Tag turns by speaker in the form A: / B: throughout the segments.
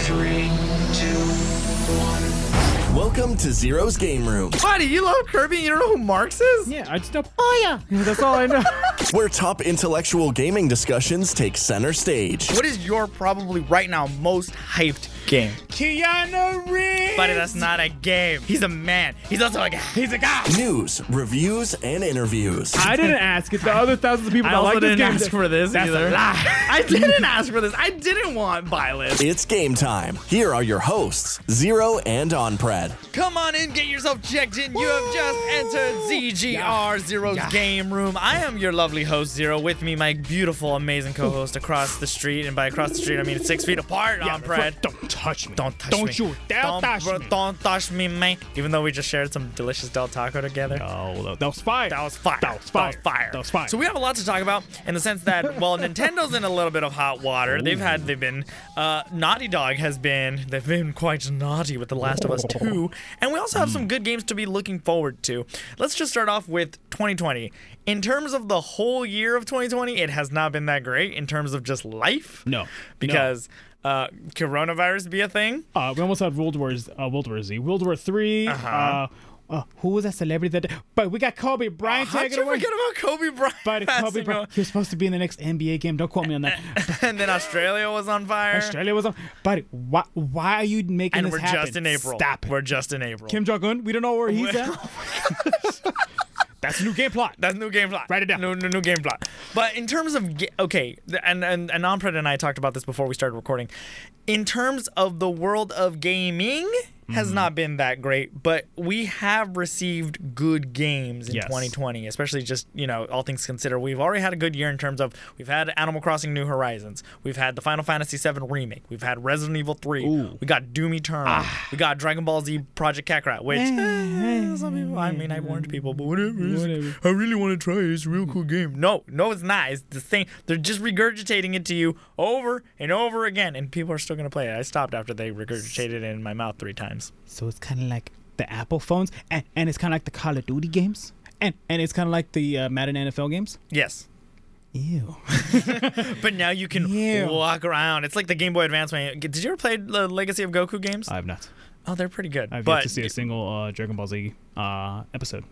A: Three, two, one.
B: Welcome to Zero's Game Room,
C: Buddy, you love Kirby and you don't know who Marx is?
D: Yeah, I just know.
C: Oh, yeah.
D: That's all I know.
B: where top intellectual gaming discussions take center stage.
C: What is your probably right now most hyped game?
D: Keanu Reeves.
C: Buddy, that's not a game. He's a man. He's also a guy. He's a guy.
B: News, reviews, and interviews.
D: I didn't ask. It's the other thousands of people
C: I
D: that
C: also
D: like this
C: didn't
D: game.
C: ask for this
D: That's
C: either.
D: A lie.
C: I didn't ask for this. I didn't want violence.
B: It's game time. Here are your hosts, Zero and Onpred.
E: Come on in, get yourself checked in. You have just entered ZGR Zero's game room. I am your lovely host, Zero. With me, my beautiful, amazing co host across the street. And by across the street, I mean six feet apart. I'm Brad.
D: Don't touch me.
E: Don't touch
D: Don't
E: me.
D: you dare
E: don't,
D: touch
E: bro-
D: me.
E: Don't touch me, man. Even though we just shared some delicious Del Taco together.
D: Oh, that- that was fire.
E: That was fire.
D: That was fire.
E: That was fire.
D: That was fire.
E: So we have a lot to talk about in the sense that well, Nintendo's in a little bit of hot water. They've had they've been uh, Naughty Dog has been they've been quite naughty with The Last of Us 2, and we also have some good games to be looking forward to. Let's just start off with 2020. In terms of the whole year of 2020, it has not been that great in terms of just life.
D: No. No.
E: Because uh, coronavirus be a thing.
D: Uh, we almost had World Wars, uh, World War Z, World War 3 Uh-huh. Uh, uh, who was that celebrity that? But we got Kobe Bryant
E: How'd
D: taking
E: you
D: away.
E: forget about Kobe Bryant?
D: but Kobe
E: passing
D: Bryant, he was supposed to be in the next NBA game. Don't quote me on that.
E: away? and then Australia was on fire.
D: Australia was on. But why? Why are you making
E: and
D: this
E: we're
D: happen?
E: just in April.
D: Stop it.
E: We're just in April.
D: Kim Jong Un. We don't know where he's at. That's a new game plot.
E: That's new game plot.
D: Write it down.
E: New, new, new game plot. But in terms of ga- okay, th- and and and Ampred and I talked about this before we started recording. In terms of the world of gaming, has
D: Mm.
E: not been that great, but we have received good games in
D: Yes.
E: 2020, especially just you know all things considered. We've already had a good year in terms of we've had Animal Crossing: New Horizons, we've had the Final Fantasy VII remake, we've had Resident Evil 3, we got Doom Eternal,
D: Ah.
E: we got Dragon Ball Z Project Kakarot, which. eh, some people- I mean, I warned people, but whatever. it's-
D: Whatever.
E: I really want to try it. It's a real cool game. No, no, it's not. It's the same. They're just regurgitating it to you over and over again, and people are still gonna play it. I stopped after they regurgitated it in my mouth three times.
D: So it's kind of like the Apple phones, and, and it's kind of like the Call of Duty games, and and it's kind of like the uh, Madden NFL games.
E: Yes.
D: Ew.
E: But now you can
D: Yeah.
E: walk around. It's like the Game Boy Advance. One. Did you ever play the Legacy of Goku games?
D: I have not.
E: oh, they're pretty good.
D: I've
E: but
D: yet to see a single uh, Dragon Ball Z uh, episode.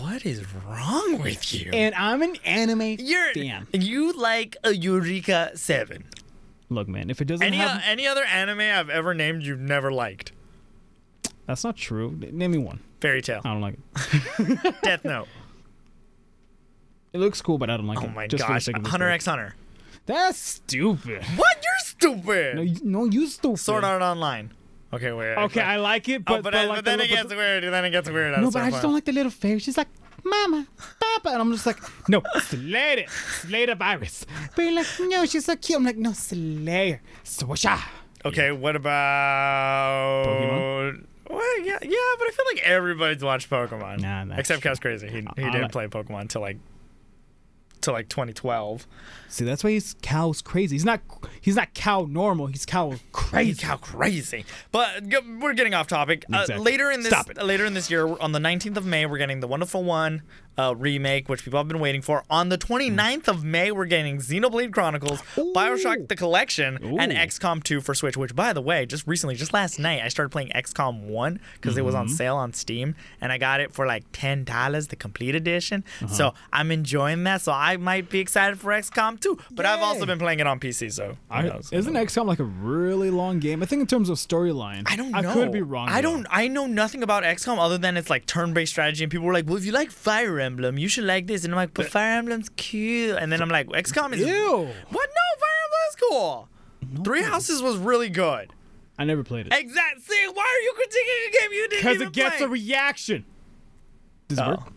E: what is wrong with you?
D: And I'm an anime.
E: You're
D: Damn.
E: you like a Eureka Seven.
D: Look, man, if it doesn't
E: Any uh,
D: have,
E: any other anime I've ever named you've never liked?
D: that's not true. N- Name me one.
E: Fairy Tale,
D: I don't like it.
E: Death Note.
D: It looks cool, but I don't like
E: Oh
D: it.
E: my
D: just for the
E: gosh,
D: sake of this
E: Hunter
D: story.
E: X Hunter.
D: That's stupid.
E: What? You're stupid.
D: No, you, no, you stupid.
E: Sword Art Online. Okay, wait.
D: Okay, I
E: I,
D: like it,
E: oh, but,
D: but but
E: I-
D: like
E: but then
D: the,
E: it
D: but
E: gets weird. Then it gets weird. at a
D: No, but
E: certain
D: I just
E: point.
D: don't like the little fairy. She's like, Mama, Papa. And I'm just like, no, slay it. Slay the virus. But you're like, no, she's so cute. I'm like, no, slay her. Swoosha.
E: Okay, what about
D: Pokemon?
E: Well, yeah, yeah, but I feel like everybody's watched Pokemon.
D: Nah, that's
E: except
D: true.
E: Cow's crazy. He, he
D: I
E: didn't
D: like-
E: play Pokemon till like till like 2012.
D: See, that's why he's cow's crazy. He's not he's not cow normal. He's cow
E: He's
D: crazy.
E: cow crazy. But g- we're getting off topic. Uh,
D: Exactly.
E: Later in this
D: Stop it.
E: later in this year, on the 19th of May, we're getting the Wonderful One uh, remake, which people have been waiting for. On the 29th of May, we're getting Xenoblade Chronicles, Bioshock the Collection, and
D: Ooh.
E: XCOM 2 for Switch. Which, by the way, just recently, just last night, I started playing XCOM 1 because it was on
D: Mm-hmm.
E: sale on Steam, and I got it for like ten dollars, the complete edition.
D: Uh-huh.
E: So I'm enjoying that. So I might be excited for XCOM 2, but I've
D: Yay.
E: also been playing it on PC. So who
D: I,
E: knows?
D: isn't XCOM like a really long game? I think in terms of storyline.
E: I don't know.
D: I could be wrong.
E: I
D: though.
E: don't. I know nothing about XCOM other than it's like turn-based strategy, and people were like, "Well, if you like Fire Emblem, you should like this." And I'm like, "But Fire Emblem's cute." And then I'm like, "XCOM is
D: Ew.
E: What? No, Fire Emblem is cool. Three Houses was really good.
D: I never played it.
E: Exact. See, why are you critiquing a game you didn't
D: Because
E: even
D: it gets
E: play?
D: a reaction. Does it
E: Oh.
D: work?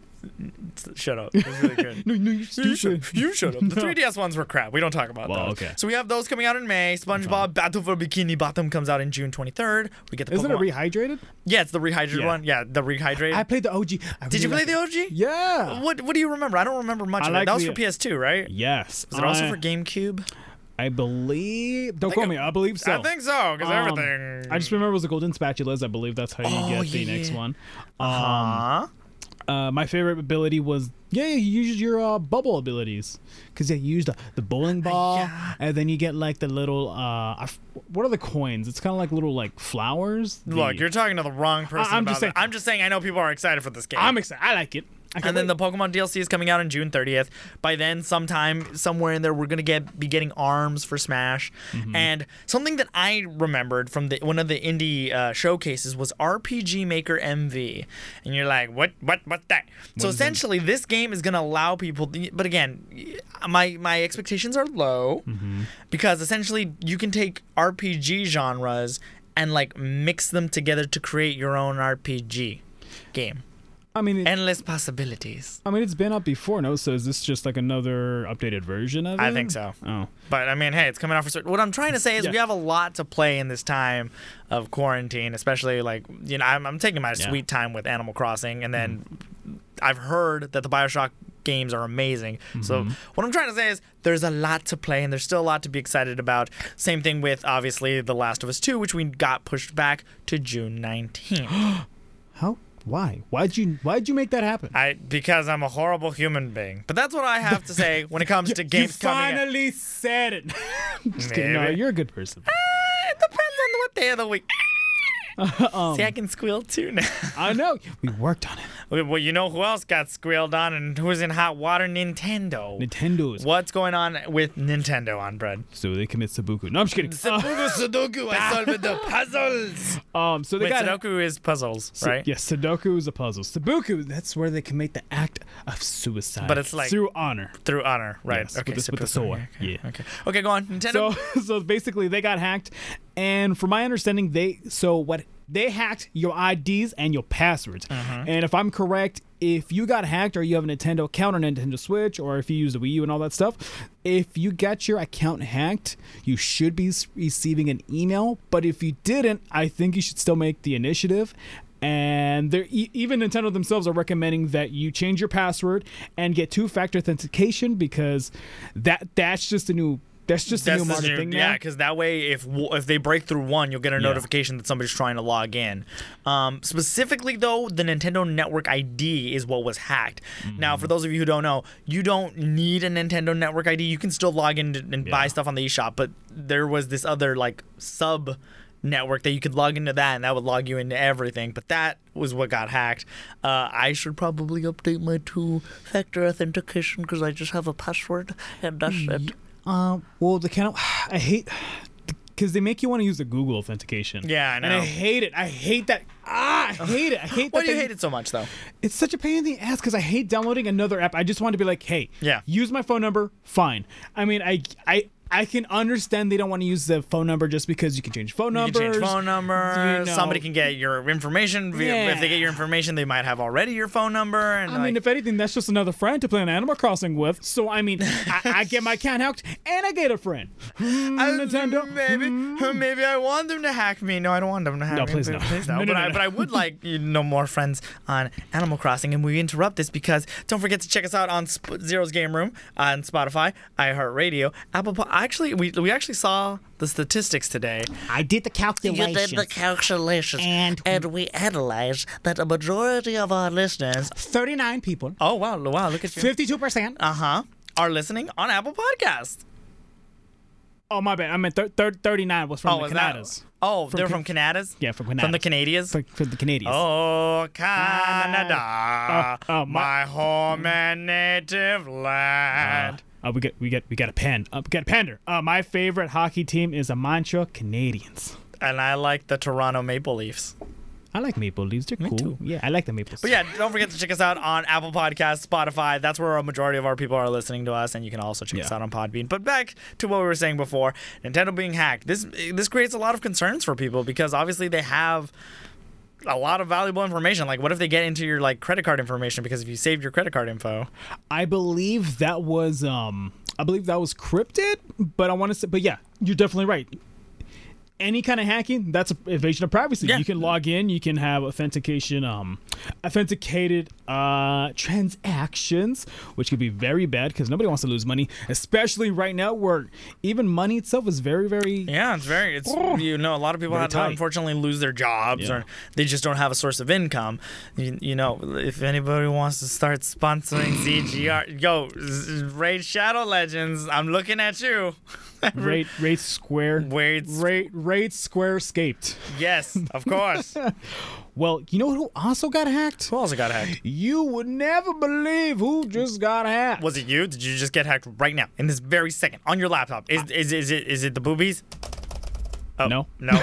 E: Shut up. It was really good.
D: No, no, you
E: You should,
D: stupid.
E: you should have. The
D: No.
E: 3DS ones were crap. We don't talk about
D: Well,
E: those.
D: okay.
E: So we have those coming out in May. SpongeBob Battle for Bikini Bottom comes out in June 23rd. We get the
D: Isn't it
E: Pokemon-
D: rehydrated?
E: Yeah, it's the rehydrated
D: Yeah.
E: one. Yeah, the rehydrate.
D: I played the OG. I
E: Did you play
D: really
E: the
D: like
E: OG?
D: it. Yeah.
E: What What do you remember? I don't remember much.
D: I
E: of it.
D: like
E: That was
D: the- uh,
E: for PS2, right?
D: Yes.
E: Was it also
D: I-
E: for GameCube?
D: I believe. Don't quote me. I believe so.
E: I think so, because
D: Um,
E: everything.
D: I just remember it was the golden spatulas. I believe that's how you
E: Oh,
D: get the
E: yeah,
D: next
E: yeah.
D: one.
E: Huh?
D: Uh, my favorite ability was yeah, you used your uh, bubble abilities because yeah, you used uh, the bowling ball, and then you get like the little uh, I f- what are the coins? It's kind of like little like flowers.
E: Look,
D: The-
E: you're talking to the wrong person.
D: I'm
E: about
D: just
E: that.
D: saying-
E: I'm just saying. I know people are excited for this game.
D: I'm excited. I like it. I
E: and then the Pokemon DLC is coming out on June 30th. By then, sometime somewhere in there, we're gonna get be getting arms for Smash. And something that I remembered from the one of the indie uh, showcases was RPG Maker MV. And you're like, what, what, what that? so essentially, this game is gonna allow people. But again, my my expectations are low because essentially you can take RPG genres and like mix them together to create your own RPG game.
D: I mean, it,
E: Endless possibilities.
D: I mean, it's been up before. No, so is this just like another updated version of it?
E: I think so.
D: Oh,
E: But I mean, hey, it's coming out for certain. What I'm trying to say is
D: Yeah.
E: we have a lot to play in this time of quarantine, especially like you know I'm, I'm taking my
D: Yeah. Mm-hmm.
E: sweet time with Animal Crossing, and then I've heard that the Bioshock games are amazing. So
D: Mm-hmm.
E: what I'm trying to say is there's a lot to play, and there's still a lot to be excited about. Same thing with obviously The Last of Us 2, which we got pushed back to June 19th.
D: how? Why? Why'd you? Why'd you make that happen?
E: I because I'm a horrible human being. But that's what I have to say when it comes to
D: you
E: games coming. out.
D: finally said it. Just kidding. No,
E: Maybe.
D: you're a good person.
E: It depends on what day of the week.
D: Um.
E: See, I can squeal too now.
D: I know. We worked on it.
E: well, you know who else got squealed on and who's in hot water? Nintendo.
D: Nintendo's.
E: What's going on with Nintendo on bread?
D: So they commit Sabuku. No, I'm just kidding.
E: Sudoku, Sudoku, I solved the puzzles.
D: Um, so
E: Wait,
D: they got
E: Sudoku is puzzles, right?
D: Yes, Sudoku is a puzzle. Sabuku, that's where they commit the act of suicide.
E: But it's like-
D: through honor.
E: Through honor, right?
D: Yes, with the-
E: so
D: with the
E: Sudoku,
D: sword.
E: Okay,
D: Yeah.
E: Okay. Okay, go on. Nintendo.
D: So so basically they got hacked, and from my understanding, they so what they hacked your IDs and your passwords. And if I'm correct, if you got hacked or you have a Nintendo account or Nintendo Switch or if you use the Wii U and all that stuff, if you got your account hacked, you should be s- receiving an email. But if you didn't, I think you should still make the initiative. And they're, e- even Nintendo themselves are recommending that you change your password and get two-factor authentication because that that's just a new that's just
E: That's
D: the new
E: the
D: market
E: new-
D: thing
E: yeah,
D: now.
E: because that way, if w- if they break through one, you'll get a notification that somebody's trying to log in. Um, specifically, though, the Nintendo Network ID is what was hacked.
D: Mm-hmm.
E: Now, for those of you who don't know, you don't need a Nintendo Network ID. You can still log in and and buy stuff on the eShop, but there was this other like sub network that you could log into that and that would log you into everything but that was what got hacked uh, i should probably update my two-factor authentication because i just have a password and that's it
D: Uh, well, the kind of I hate because they make you want to use the Google authentication.
E: Yeah, I
D: And
E: know.
D: I hate it. I hate that. Ah, I hate it. I hate.
E: why
D: that
E: do you
D: they-
E: hate it so much though
D: It's such a pain in the ass because I hate downloading another app. I just want to be like, hey,
E: Yeah.
D: use my phone number. Fine. I mean, I I. I can understand they don't want to use the phone number just because you can change phone
E: You
D: numbers.
E: can change phone number.
D: you know.
E: Somebody can get your information. via-
D: Yeah.
E: If they get your information, they might have already your phone number. And
D: I
E: like,
D: mean, if anything, that's just another friend to play an Animal Crossing with. So I mean, I, I get my account hacked and I get a friend. Hmm,
E: I- "Oh,
D: Nintendo. Hmm.
E: maybe, oh, maybe I want them to hack me. No, I don't want them to hack
D: No,
E: me.
D: please no. No,
E: but,
D: no, no,
E: I,
D: no.
E: but I would like you know more friends on Animal Crossing. And we interrupt this because don't forget to check us out on Sp- Zero's Game Room uh, on Spotify, iHeartRadio, Apple. Po- actually, we we actually saw the statistics today.
F: I did the
G: You
F: calculations.
G: did the calculations,
F: And-
G: we analyzed that a majority of our listeners
F: 39 people,
E: Oh wow, wow! Look at you.
F: 52%.
E: Uh huh. Are listening on Apple Podcasts.
D: Oh my bad. I meant thir- thir- 39 Oh, was from the
E: is that-
D: Canadas.
E: Oh, they're
D: Can-
E: from Canadas.
D: Yeah, from
E: From the
D: Canadas.
E: Canadians.
D: For, for the Canadians.
E: Oh, Canada,
D: Oh, oh,
E: my,
D: my-
E: home and native land.
D: Uh, we got we got we got a pen. Uh, we got a pander. Uh, my favorite hockey team is the Montreal Canadiens.
E: and I like the Toronto Maple Leafs.
D: I like Maple Leafs. They're cool.
E: too.
D: Yeah, I like the Maples.
E: But yeah, don't forget to check us out on Apple Podcasts, Spotify. That's where a majority of our people are listening to us, and you can also check us
D: Yeah.
E: out on Podbean. But back to what we were saying before, Nintendo being hacked. This this creates a lot of concerns for people because obviously they have a lot of valuable information. Like, what if they get into your like credit card information? Because if you saved your credit card info,
D: I believe that was um I believe that was cryptid, but I want to say but yeah, you're definitely right. any kind of hacking, that's a invasion of privacy.
E: Yeah.
D: You can log in, you can have authentication, um, authenticated uh, transactions, which could be very bad because nobody wants to lose money, especially right now where even money itself is very, very.
E: Yeah, it's very. It's you know, a lot of people have to
D: tight.
E: unfortunately lose their jobs
D: Yeah.
E: or they just don't have a source of income. You, you know, if anybody wants to start sponsoring ZGR, yo, Z- Raid Shadow Legends, I'm looking at you.
D: Rate, rate square.
E: Raid,
D: Rate, rate square escaped.
E: yes, of course.
D: Well, you know who also got hacked?
E: Who also got hacked?
D: You would never believe who just got hacked.
E: Was it you? Did you just get hacked right now in this very second on your laptop? Is is is it is it the boobies? Oh,
D: No.
E: no.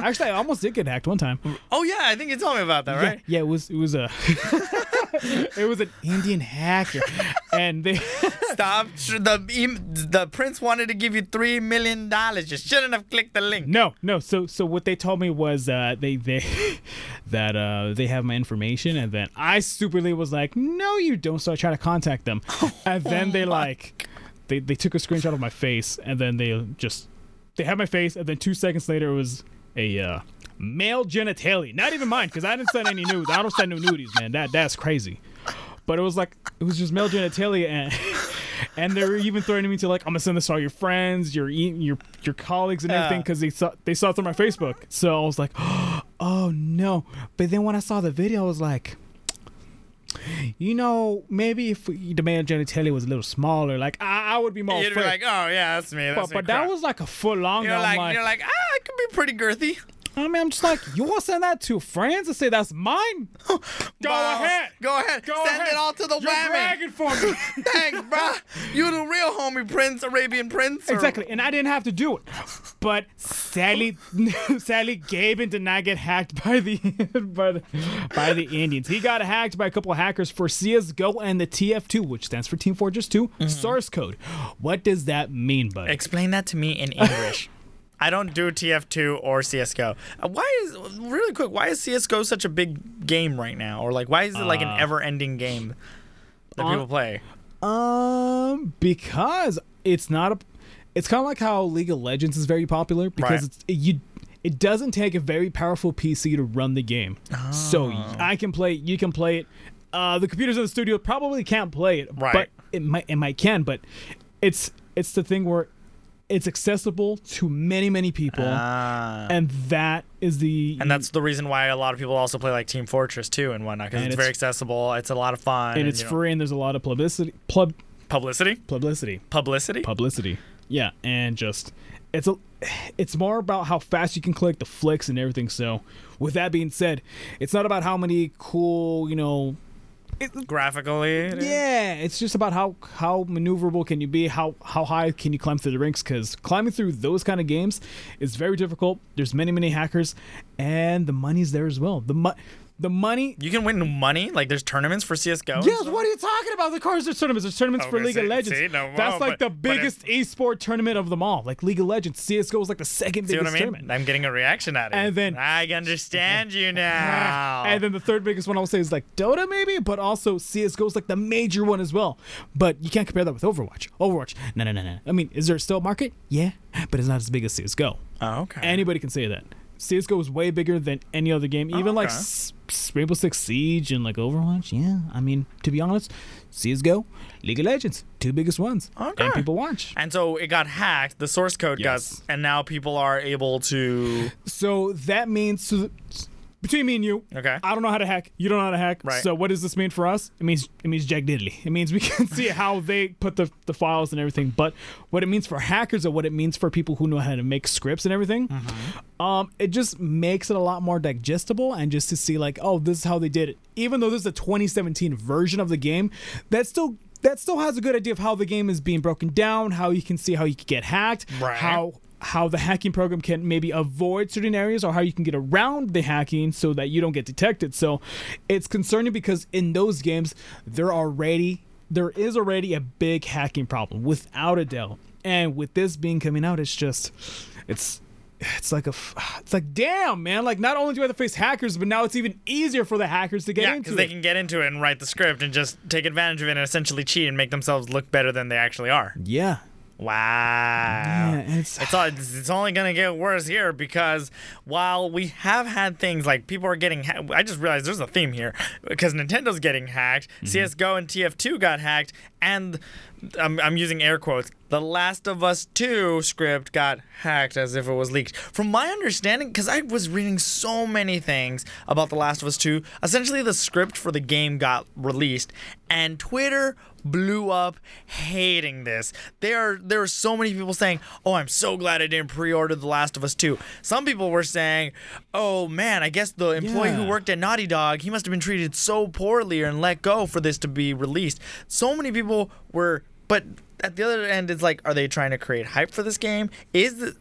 D: Actually, I almost did get hacked one time.
E: oh yeah, I think you told me about that,
D: Yeah,
E: right?
D: Yeah, it was it was a it was an Indian hacker, and they
E: Stop. Sh- The em- the prince wanted to give you three million dollars. You shouldn't have clicked the link.
D: no no. So so what they told me was uh, they they that uh, they have my information, and then I stupidly was like, no, you don't. So I try to contact them, and then they like they they took a screenshot of my face, and then they just they had my face, and then two seconds later it was a. Uh, Male genitalia, not even mine, because I didn't send any nudes. I don't send no nudies, man. That that's crazy. but it was like it was just male genitalia and and they were even threatening me to like I'm gonna send this to all your friends, your e- your your colleagues and everything because they saw they saw it through my Facebook. So I was like, oh no! But then when I saw the video, I was like. You know, maybe if we, the male genitalia was a little smaller, like I, I would be more.
E: You'd be
D: afraid.
E: like, oh yeah, that's me. That's
D: but,
E: me.
D: but that
E: crap."
D: was like a foot long.
E: You're
D: I'm
E: like,
D: like,
E: you're like, ah, I could be pretty girthy.
D: I mean, I'm just like, you want to send that to friends and say that's mine? Go
E: Balls.
D: ahead,
E: Go ahead.
D: Go
E: Send
D: ahead.
E: it all to the
D: You're
E: women.
D: bragging for me.
E: Thanks, bro. You the real homie prince, Arabian prince. or-
D: Exactly, and I didn't have to do it. But sadly, sadly, Gaben did not get hacked by the by the by the Indians. He got hacked by a couple of hackers for CS:GO and the TF2, which stands for Team Fortress 2 source code. What does that mean, buddy?
E: Explain that to me in English. I don't do TF2 or CS:GO. Uh, Why is really quick? Why is CS:GO such a big game right now? Or like, why is it like
D: Uh.
E: an ever-ending game that people play?
D: Um, because it's not a. It's kind of like how League of Legends is very popular because
E: Right.
D: it's it, you. It doesn't take a very powerful PC to run the game, so
E: Oh.
D: I can play. it, You can play it. Uh, the computers in the studio probably can't play it,
E: Right.
D: but it might. It might can, but it's it's the thing where it's accessible to many many people, and that is the
E: Ah. And that's the reason why a lot of people also play like Team Fortress 2 and whatnot because
D: And
E: it's,
D: it's-
E: very accessible. It's a lot of fun.
D: and it's
E: you know,
D: free and there's a lot of publicity. Plub,
E: publicity.
D: publicity.
E: Publicity.
D: publicity. Yeah, and just it's a it's more about how fast you can click the flicks and everything. So, with that being said, it's not about how many cool, you know,
E: Graphically. it is.
D: yeah, it's just about how how maneuverable can you be, how how high can you climb through the ranks cuz climbing through those kind of games is very difficult. There's many many hackers and the money's there as well. The mo- the money
E: You can win money. Like there's tournaments for CS:GO. and
D: Yes,
E: stuff.
D: what are you talking about? The cars there's tournaments. There's tournaments for
E: Okay,
D: League
E: see-
D: of Legends.
E: see, no,
D: That's
E: wow,
D: like
E: but-
D: the
E: but
D: biggest esport tournament of them all. Like League of Legends, CS:GO is like the second
E: See
D: biggest
E: what I mean?
D: tournament.
E: I'm getting a reaction out of you.
D: And then-
E: I understand you now.
D: Ah. And then the third biggest one I'll say is like Dota, maybe, but also CS:GO is like the major one as well. But you can't compare that with Overwatch. Overwatch, no, no, no, no. I mean, is there still a market? Yeah, but it's not as big as CS:GO.
E: oh, okay.
D: Anybody can say that. CS:GO is way bigger than any other game, even like
E: Oh, okay.
D: S- S- Rainbow Six Siege and like Overwatch. Yeah, I mean, to be honest, CS:GO, League of Legends, two biggest ones,
E: Okay.
D: and people watch.
E: And so it got hacked. The source code
D: Yes.
E: got, and now people are able to.
D: So that means so between me and you,
E: Okay.
D: I don't know how to hack. You don't know how to hack.
E: Right.
D: So what does this mean for us? It means it means Jack Diddley. It means we can see how they put the the files and everything. But what it means for hackers and what it means for people who know how to make scripts and everything,
E: Mm-hmm.
D: um, it just makes it a lot more digestible and just to see like, oh, this is how they did it. Even though this is a 2017 version of the game, that still. That still has a good idea of how the game is being broken down, how you can see how you can get hacked,
E: Right.
D: how how the hacking program can maybe avoid certain areas or how you can get around the hacking so that you don't get detected. So it's concerning because in those games there already there is already a big hacking problem without a doubt. And with this being coming out it's just it's it's like a f- it's like damn man like not only do I have to face hackers but now it's even easier for the hackers to get
E: Yeah,
D: into
E: because they
D: it.
E: can get into it and write the script and just take advantage of it and essentially cheat and make themselves look better than they actually are.
D: yeah.
E: Wow.
D: Yeah, it's-
E: it's, all, it's it's only going to get worse here because while we have had things like people are getting ha- I just realized there's a theme here because Nintendo's getting hacked, CS:GO and TF2 got hacked and I'm I'm using air quotes. The Last of Us 2 script got hacked as if it was leaked. From my understanding cuz I was reading so many things about The Last of Us 2, essentially the script for the game got released and Twitter blew up hating this. There are there are so many people saying, "Oh, I'm so glad I didn't pre-order The Last of Us 2." Some people were saying, "Oh man, I guess the employee who
D: Yeah.
E: worked at Naughty Dog, he must have been treated so poorly and let go for this to be released." So many people were but at the other end it's like, are they trying to create hype for this game? Is the,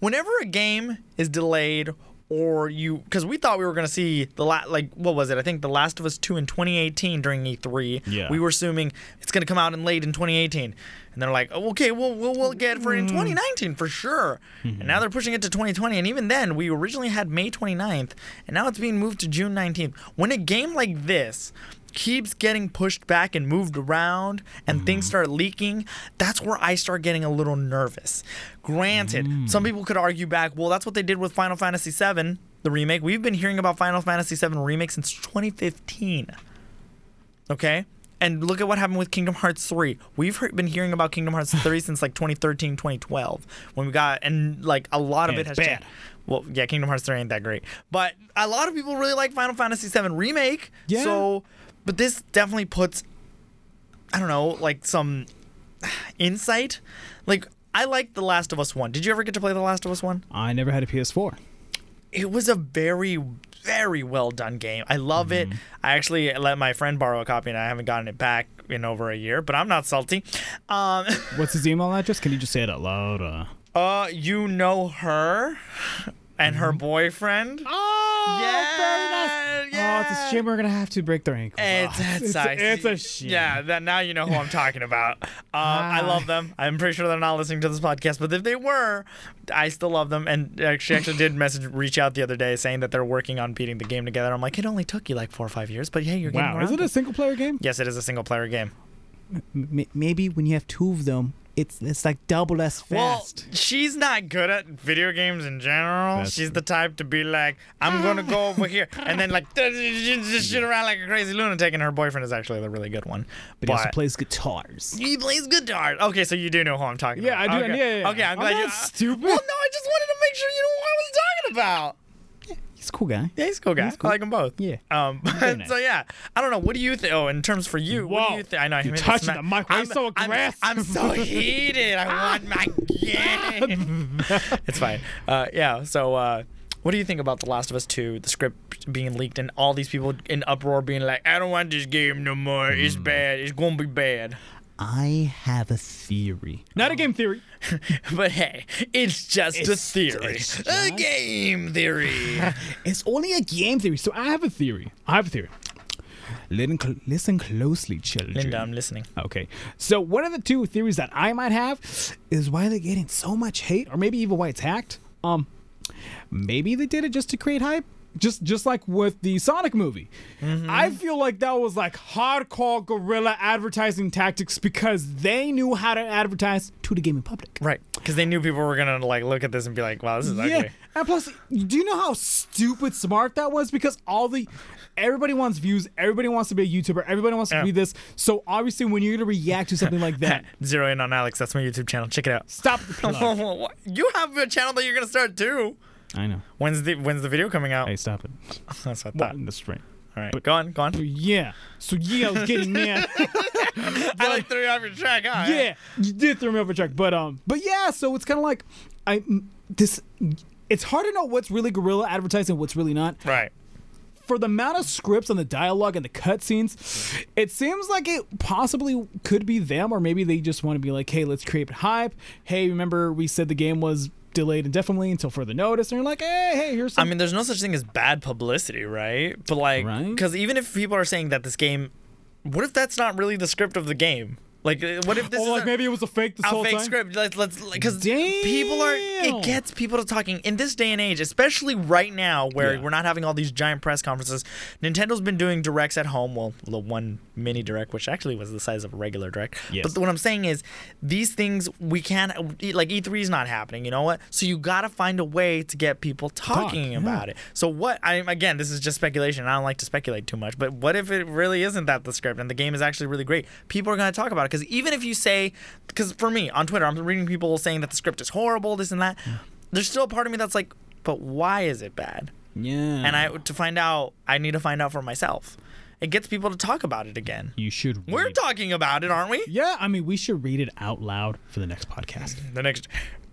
E: whenever a game is delayed or you because we thought we were going to see the la- like what was it i think the last of us 2 in 2018 during e3
D: Yeah.
E: we were assuming it's going to come out in late in 2018 and they're like oh, okay well, we'll we'll get for it in 2019 for sure and now they're pushing it to 2020 and even then we originally had may 29th and now it's being moved to june 19th when a game like this keeps getting pushed back and moved around and things start leaking, that's where I start getting a little nervous. Granted, some people could argue back, well, that's what they did with Final Fantasy VII, the remake. We've been hearing about Final Fantasy VII remake since 2015. Okay? And look at what happened with Kingdom Hearts 3. We've heard, been hearing about Kingdom Hearts 3 since like 2013, 2012, when we got, and like a lot of
D: And
E: it has
D: it's
E: changed.
D: bad.
E: Well, yeah, Kingdom Hearts 3 ain't that great. But a lot of people really like Final Fantasy VII Remake.
D: Yeah.
E: So, but this definitely puts, I don't know, like some insight. Like, I liked The Last of Us 1. Did you ever get to play The Last of Us 1?
D: I never had a PS4.
E: it was a very very well done game. I love
D: Mm-hmm.
E: it. I actually let my friend borrow a copy and I haven't gotten it back in over a year, but I'm not salty. Um,
D: What's his email address? Can you just say it out loud? Uh,
E: uh, you know her and her boyfriend.
D: Mm-hmm. oh,
E: yeah, yeah.
D: Oh, it's a shame we're gonna have to break their ankle.
E: It's, it's, I
D: it's a
E: see.
D: shame. Ah.
E: Yeah, that now you know who I'm talking about. Um, I love them. I'm pretty sure they're not listening to this podcast, but if they were, I still love them. And uh, she actually did message, reach out the other day saying that they're working on beating the game together. I'm like, it only took you like four or five years, but hey, you're getting
D: wow,
E: around
D: is it a single player game?
E: Yes, it is a single player game.
F: M- maybe when you have two of them, it's it's like double as fast.
E: Well, she's not good at video games in general.
D: That's
E: she's the type to be like, I'm going to go over here. And then, like, just shit around like a crazy lunatic. And her boyfriend is actually the really good one.
D: But he also plays guitars.
E: He plays guitar. Okay, so you do know who I'm talking
D: Yeah,
E: about.
D: I do.
E: Okay.
D: Yeah, yeah, yeah.
E: Okay, I'm
D: I'm
E: glad you.
D: not stupid.
E: Well, no, I just wanted to make sure you knew what I was talking about.
D: He's a cool guy.
E: Yeah, he's a cool guy. I like them both.
D: Yeah.
E: Um.
D: Very nice.
E: So yeah, I don't know. What do you think? Oh, in terms for you, what do
D: Whoa,
E: you think? I know. I
D: you're
E: made this
D: touching
E: sma-
D: the mic. Why
E: I'm-
D: so
E: I'm-
D: aggressive?
E: I'm, so heated. I want my game. it's fine. Uh. Yeah. So. uh what do you think about The Last of Us 2, the script being leaked, and all these people in uproar being like, I don't want this game no more. It's
D: Mm.
E: bad. It's going to be bad.
F: I have a theory.
D: Not a game theory.
E: But hey, it's just a
D: It's-
E: theory.
D: it's
E: A game theory.
D: It's only a game theory. So I have a theory. I have a theory. Listen, cl- listen closely, children.
E: Linda, I'm listening.
D: Okay. So one of the two theories that I might have is why they're getting so much hate, or maybe even why it's hacked. Um, maybe they did it just to create hype. Just just like with the Sonic movie.
E: Mm-hmm.
D: I feel like that was like hardcore guerrilla advertising tactics because they knew how to advertise to the gaming public.
E: Right. Because they knew people were going to like look at this and be like, wow, this is
D: Yeah,
E: ugly.
D: and plus, do you know how stupid smart that was? Because all the everybody wants views, everybody wants to be a YouTuber, everybody wants to
E: Yeah.
D: be this. So obviously, when you're gonna react to something like that,
E: Zero in on Alex. That's my YouTube channel. Check it out.
D: stop the plug.
E: What? you have a channel that you're going to start too.
D: I know.
E: When's the, when's the video coming out?
D: stop it.
E: That's what I thought.
D: in the spring.
E: All right. go on. Go on.
D: Yeah. So yeah, I was getting mad.
E: I like threw you off your track. Huh?
D: yeah, you did throw me off a track, but um, but yeah. So it's kind of like I this. It's hard to know what's really guerrilla advertising, and what's really not.
E: Right.
D: for the amount of scripts and the dialogue and the cutscenes, it seems like it possibly could be them, or maybe they just want to be like, hey, let's create hype. Hey, remember we said the game was delayed indefinitely until further notice, and you're like, hey, hey, here's
E: I
D: some.
E: mean, there's no such thing as bad publicity, right? But like,
D: Right.
E: because even if people are saying that this game, what if that's not really the script of the game? Like, uh, what if this
D: Oh,
E: is
D: like
E: a-
D: maybe it was a fake this
E: a
D: whole
E: fake
D: time.
E: script. Let's let's because people are.
D: Damn.
E: It gets people to talking in this day and age, especially right now where we're not having all these giant press conferences. Nintendo's been doing directs at home. Well, the one mini direct, which actually was the size of a regular direct. But what I'm saying is, these things we can't e, like E3 is not happening. You know what? So you gotta find a way to get people talking about it. So what? I again, this is just speculation. and I don't like to speculate too much. But what if it really isn't that the script and the game is actually really great? People are gonna talk about it because even if you say, because for me on Twitter, I'm reading people saying that the script is horrible, this and that. There's still a part of me that's like, but why is it bad?
D: Yeah.
E: And I to find out, I need to find out for myself. It gets people to talk about it again.
D: you should.
E: We're
D: read-
E: talking about it, aren't we?
D: Yeah, I mean, we should read it out loud for the next podcast.
E: the next.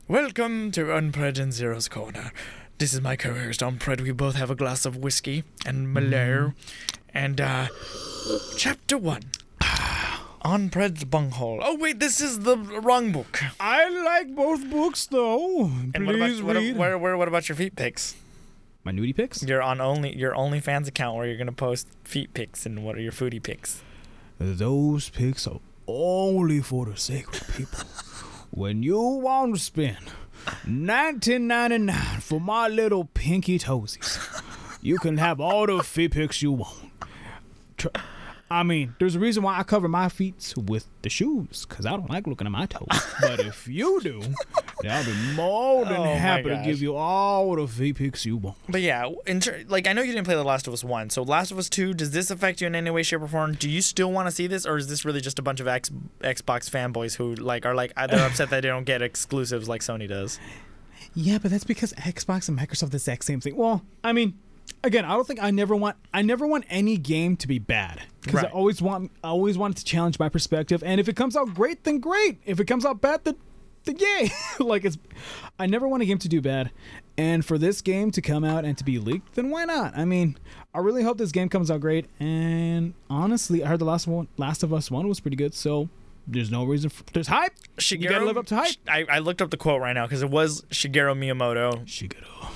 E: Welcome to Unpred and Zero's Corner. This is my co-host Unpred. We both have a glass of whiskey and Malheur, and uh, chapter one. Unpred's bunghole. Oh wait, this is the wrong book.
D: I like both books though.
E: And what about what, where, where, what about your feet pics?
D: my nudie pics?
E: You're on only your OnlyFans account where you're gonna post feet pics and what are your foodie pics?
D: Those pics are only for the sacred people. when you want to spend 19.99 for my little pinky toesies, you can have all the feet pics you want. Tr- I mean, there's a reason why I cover my feet with the shoes, because I don't like looking at my toes. but if you do, then I'll be more than
E: Oh my
D: happy to
E: gosh.
D: give you all the feet pics you want.
E: But yeah, in ter- like I know you didn't play The Last of Us one, so Last of Us two. Does this affect you in any way, shape, or form? Do you still want to see this, or is this really just a bunch of X- Xbox fanboys who like are like they're upset that they don't get exclusives like Sony does?
D: Yeah, but that's because Xbox and Microsoft is the exact same thing. Well, I mean, again, I don't think I never want I never want any game to be bad because
E: Right.
D: I always want I always want it to challenge my perspective. And if it comes out great, then great. If it comes out bad, then then yay! like it's, I never want a game to do bad, and for this game to come out and to be leaked, then why not? I mean, I really hope this game comes out great. And honestly, I heard the last one, Last of Us one, was pretty good. So there's no reason for there's hype. you gotta live up to hype.
E: I, I looked up the quote right now because it was Shigeru Miyamoto.
D: Shigeru.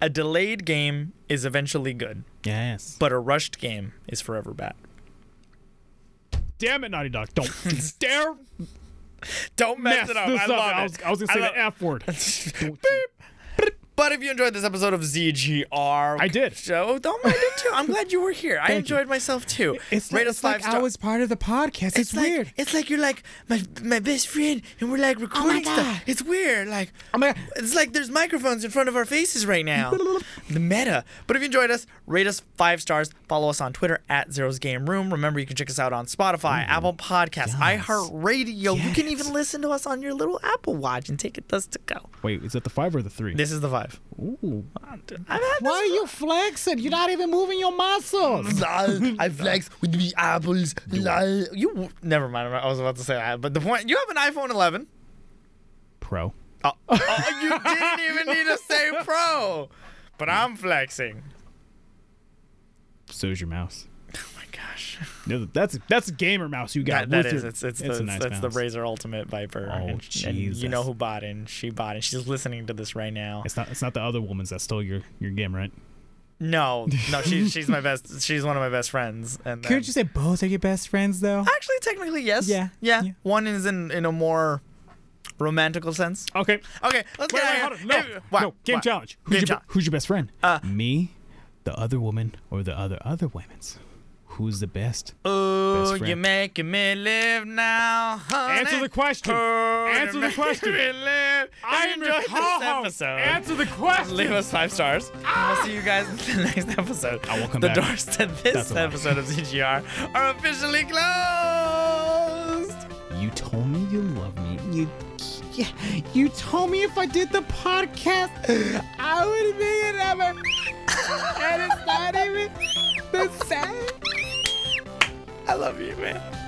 E: A delayed game is eventually good,
D: Yes.
E: but a rushed game is forever bad.
D: Damn it, Naughty Dog. Don't dare
E: Don't mess
D: mess
E: it up.
D: this
E: I
D: up.
E: love it.
D: I, was, I was going to say
E: love-
D: the F word.
E: But if you enjoyed this episode of ZGR,
D: I did.
E: So oh, I did too. I'm glad you were here. I enjoyed myself too. Rate us five star-
D: part of the podcast.
E: It's, like, It's like you're like my my best friend, and we're like recording stuff. It's weird. Like
D: Oh my God.
E: it's like there's microphones in front of our faces right now. the meta. But if you enjoyed us, rate us five stars. Follow us on Twitter at Zero's Game Room. Remember, you can check us out on Spotify, Apple Podcasts, iHeartRadio. You can even listen to us on your little Apple Watch and take it us to go.
D: Wait, is that the five or the three?
E: This is the five.
D: Ooh.
E: I've had
F: Why are you flexing? You're not even moving your muscles.
E: Lol, I flex with me apples. Lol. You never mind. I was about to say that, but the point you have an iPhone 11.
D: Pro.
E: Oh, oh, you didn't even need to say pro. But I'm flexing.
D: So is your mouse.
E: Oh my gosh.
D: No, that's that's a gamer mouse you got.
E: That, that
D: with
E: is
D: your-
E: it's it's,
D: a
E: the,
D: nice
E: it's the
D: mouse.
E: Razer Ultimate Viper.
D: Oh,
E: and, and you
D: Jesus.
E: know who bought it and she bought it. She's listening to this right now.
D: It's not it's not the other woman's that stole your your game, right?
E: No, no, she's she's my best she's one of my best friends. And then,
D: say both are your best friends though?
E: actually technically yes.
D: Yeah,
E: Yeah.
D: yeah.
E: One is in in a more romantical sense.
D: Okay.
E: Okay, let's get
D: Wait, wait,
E: out
D: hold
E: of
D: on.
E: here.
D: No,
E: Hey, what?
D: no. Game
E: What?
D: challenge. Who's
E: Game
D: your,
E: challenge. Uh,
D: Who's your best friend? Me, the other woman, or the other other women's? Who's the best?
E: Oh,
D: Best
E: you're
D: friend.
E: making me live now, honey.
D: Answer the question.
E: Oh, you're
D: Answer the
E: making
D: question.
E: me live. I
D: I'm your
E: enjoyed this
D: co-host.
E: episode.
D: Answer the question.
E: Leave us five stars. And we'll see you guys in the next episode.
D: I will come
E: the
D: back.
E: doors to
D: That's
E: this
D: a lie.
E: episode of CGR are officially closed.
D: You told me you love me. You
F: Yeah, you told me if I did the podcast, I would be an ever. and it's not even the same.
E: I love you, man.